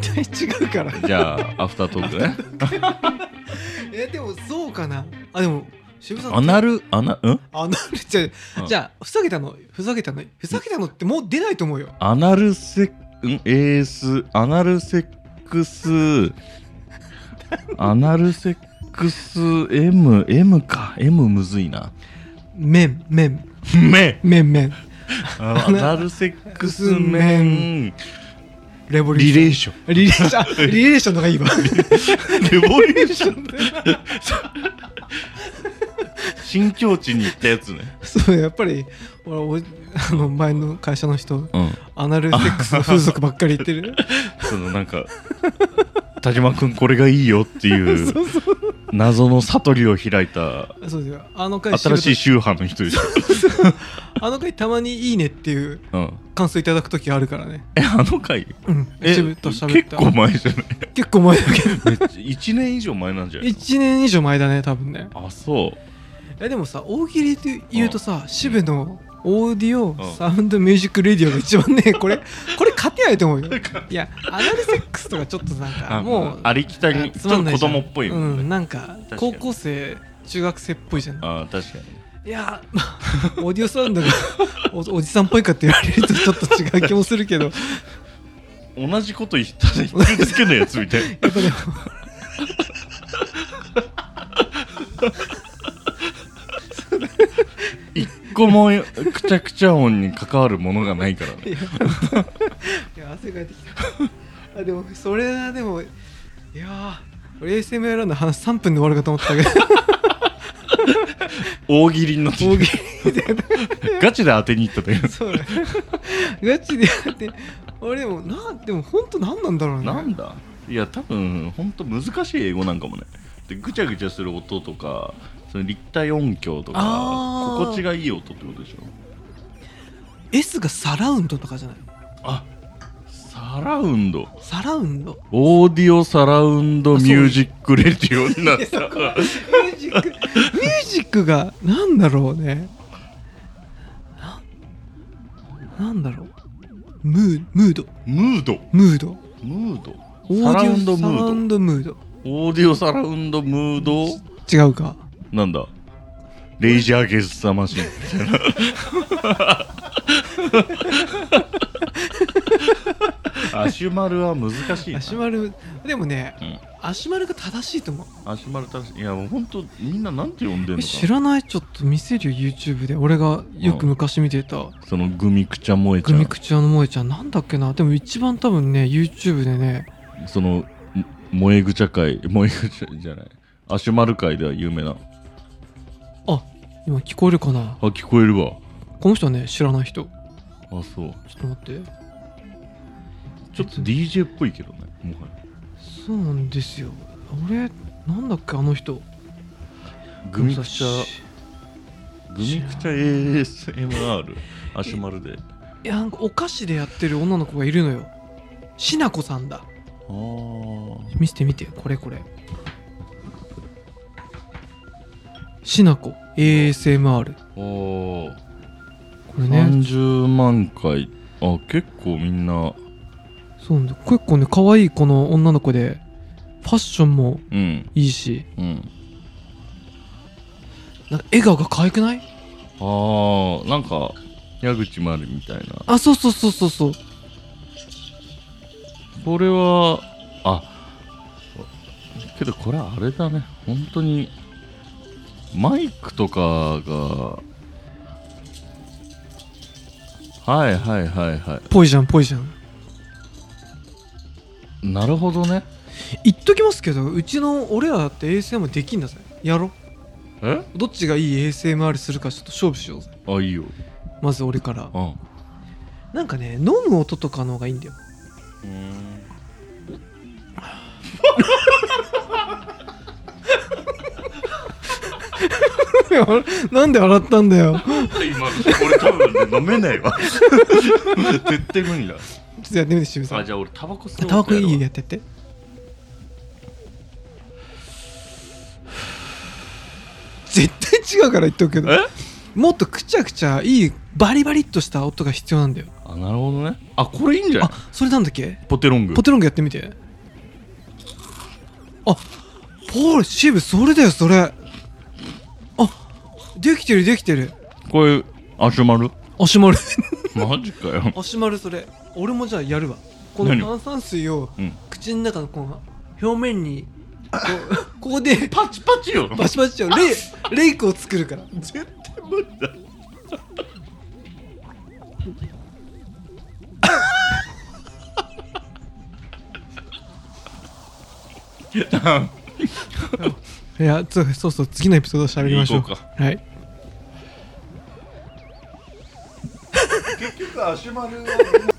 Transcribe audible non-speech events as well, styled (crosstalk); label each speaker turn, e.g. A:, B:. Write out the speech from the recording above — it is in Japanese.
A: 対違うから
B: じゃあアフタートークね
A: えでもそうかなあでも渋沢
B: アナルアナうん
A: アナルじゃあ、
B: うん
A: じゃあふざけたのふざけたのふざけたのってもう出ないと思うよ
B: アナルセックんエースアナルセックスアナルセックス M M か M むずいな
A: 麺麺
B: め
A: 麺麺
B: アナルセックスメン
A: レボリュー
B: リ
A: ション
B: レーション
A: リレーションあリレーションのがいいわ
B: レボリューションって新境地に行ったやつね
A: そうやっぱり俺おあの前の会社の人
B: うん
A: アナルセックスの風俗ばっかり言ってる
B: そのなんか田島君これがいいよって (laughs) い
A: そううそう
B: 謎の悟りを開いた
A: そうですよあの回
B: 新しい
A: 仕
B: 宗派の人でしょ、
A: 事あの回たまに「いいね」っていう
B: うん、
A: 感想いただく時あるからね
B: えあの回
A: うん
B: え
A: 渋と
B: 結
A: 喋った
B: 構前じゃない
A: 結構前だけど
B: 1年以上前なんじゃないの
A: 1年以上前だね多分ね
B: あそう
A: えでもさ大喜利で言うとさ渋のオーディオ、
B: ん
A: サウンドミュージックレディオが一番
B: (laughs)
A: ねこれこれ勝てないと思うよいやアナルセックスとかちょっとなんか
B: あ
A: も
B: も
A: う
B: うありきたりに
A: あ
B: ち
A: つ
B: ょ
A: ま
B: っ
A: んな
B: と
A: い
B: 子
A: じゃん
B: 供っぽいもん
A: う
B: ね、
A: んなんか
B: 確か
A: 高
B: に
A: 校生中学生っぽいじゃん
B: ああ確かに
A: いやまあオーディオサウンドがおおじさんっぽいかって言われるとちょっと違う気もするけ
B: (laughs)
A: ど
B: 同じこと言ったら言ってるだけのやつみた
A: (laughs)
B: いな
A: やっぱでも
B: (laughs) 一個もくちゃくちゃ音に関わるものがないから
A: い
B: ね
A: やいや汗かいてきたあでもそれはでもいやー俺 ASMR の話3分で終わるかと思ったけど
B: 大喜利の時
A: 大喜利で
B: (laughs) ガチで当てに行っただけ
A: そうだガチでやって俺でもなんでも本当何なんだろうね
B: なんだいや多分ほんと難しい英語なんかもねでぐちゃぐちゃする音とかその立体音響とか
A: あー
B: 心地がいい音ってことでしょ
A: S がサラウンドとかじゃない
B: あサラウンド
A: サラウン
B: (laughs)
A: ド
B: オーディオサラウンドミュージックレディオになっ
A: (laughs) そこ
B: た
A: はミュージックミュージックがなんだろうねななんだろうムームード
B: ムード
A: ムード
B: ムード
A: オーディオ
B: サラウンドム
A: サラウ
B: ー
A: ンドムード
B: ドオーディオサラウンドムード
A: 違うか
B: なんだレイジャーゲスターマシンみたいな (laughs) アシュマルは難しいな
A: アシュマルでもね、
B: うん
A: アシュマルが正しいと思う
B: アシュマル確かいやもうほんとみんななんて呼んでんの
A: え
B: か
A: 知らないちょっと見せるよ YouTube で俺がよく昔見てた
B: そのグミクチャ萌えち
A: グ
B: ゃ
A: ミ
B: ん
A: クチュアの萌えちゃんなんだっけなでも一番多分ね YouTube でね
B: そのん萌えぐちゃ会萌えぐちゃじゃないアシュマル会では有名な
A: あ今聞こえるかな
B: あ聞こえるわ
A: この人はね知らない人ちょ
B: あそう
A: っと待って
B: ちょっと DJ っぽいけどねもは
A: そうなんですよ俺なんだっけあの人
B: やグミクチャグミクチャ ASMR アシュマルで
A: いやなんかお菓子でやってる女の子がいるのよしなこさんだ
B: あー
A: 見せて見てこれこれしなこ ASMR
B: おー
A: これね
B: 30万回あ結構みんな
A: そうなんだ結構ね可愛いこの女の子でファッションも
B: うん
A: いいし
B: うん
A: なんか笑顔が可愛くない
B: あーなんか矢口まりみたいな
A: あそうそうそうそうそう
B: これはあけどこれあれだね本当にマイクとかがはいはいはいは
A: ぽいじゃんぽいじゃん
B: いなるほどね
A: 言っときますけどうちの俺らだって ASMR できんだぜやろ
B: え
A: どっちがいい ASMR するかちょっと勝負しようぜ
B: あいいよ
A: まず俺から
B: うん
A: なんかね飲む音とかの方がいいんだよ (laughs) なんで笑ったんだよ
B: (laughs) 今俺多分ね飲めないわ (laughs) 絶対無理
A: ち
B: だ
A: ょっとやってみて渋さん
B: じゃあ俺タバコ吸
A: タバコいいやってって絶対違うから言っとくけど
B: え
A: もっとくちゃくちゃいいバリバリっとした音が必要なんだよ
B: あなるほどねあこれいいんじゃない
A: あそれなんだっけ
B: ポテロング
A: ポテロングやってみてあポールシブそれだよそれあできてるできてる
B: これアシュマル
A: あしまる
B: マジかよ (laughs)
A: あしまるそれ俺もじゃあやるわこ
B: 何
A: の炭酸水を
B: うん
A: 口の中のこの表面にこ
B: (laughs)
A: うここで
B: パチパチよ
A: バシバシをレイレイクを作るから
B: 絶対無理だ (laughs)
A: いやつそうそう次のエピソード喋りましょう
B: 行こう
A: はい
B: 結局アシュマルを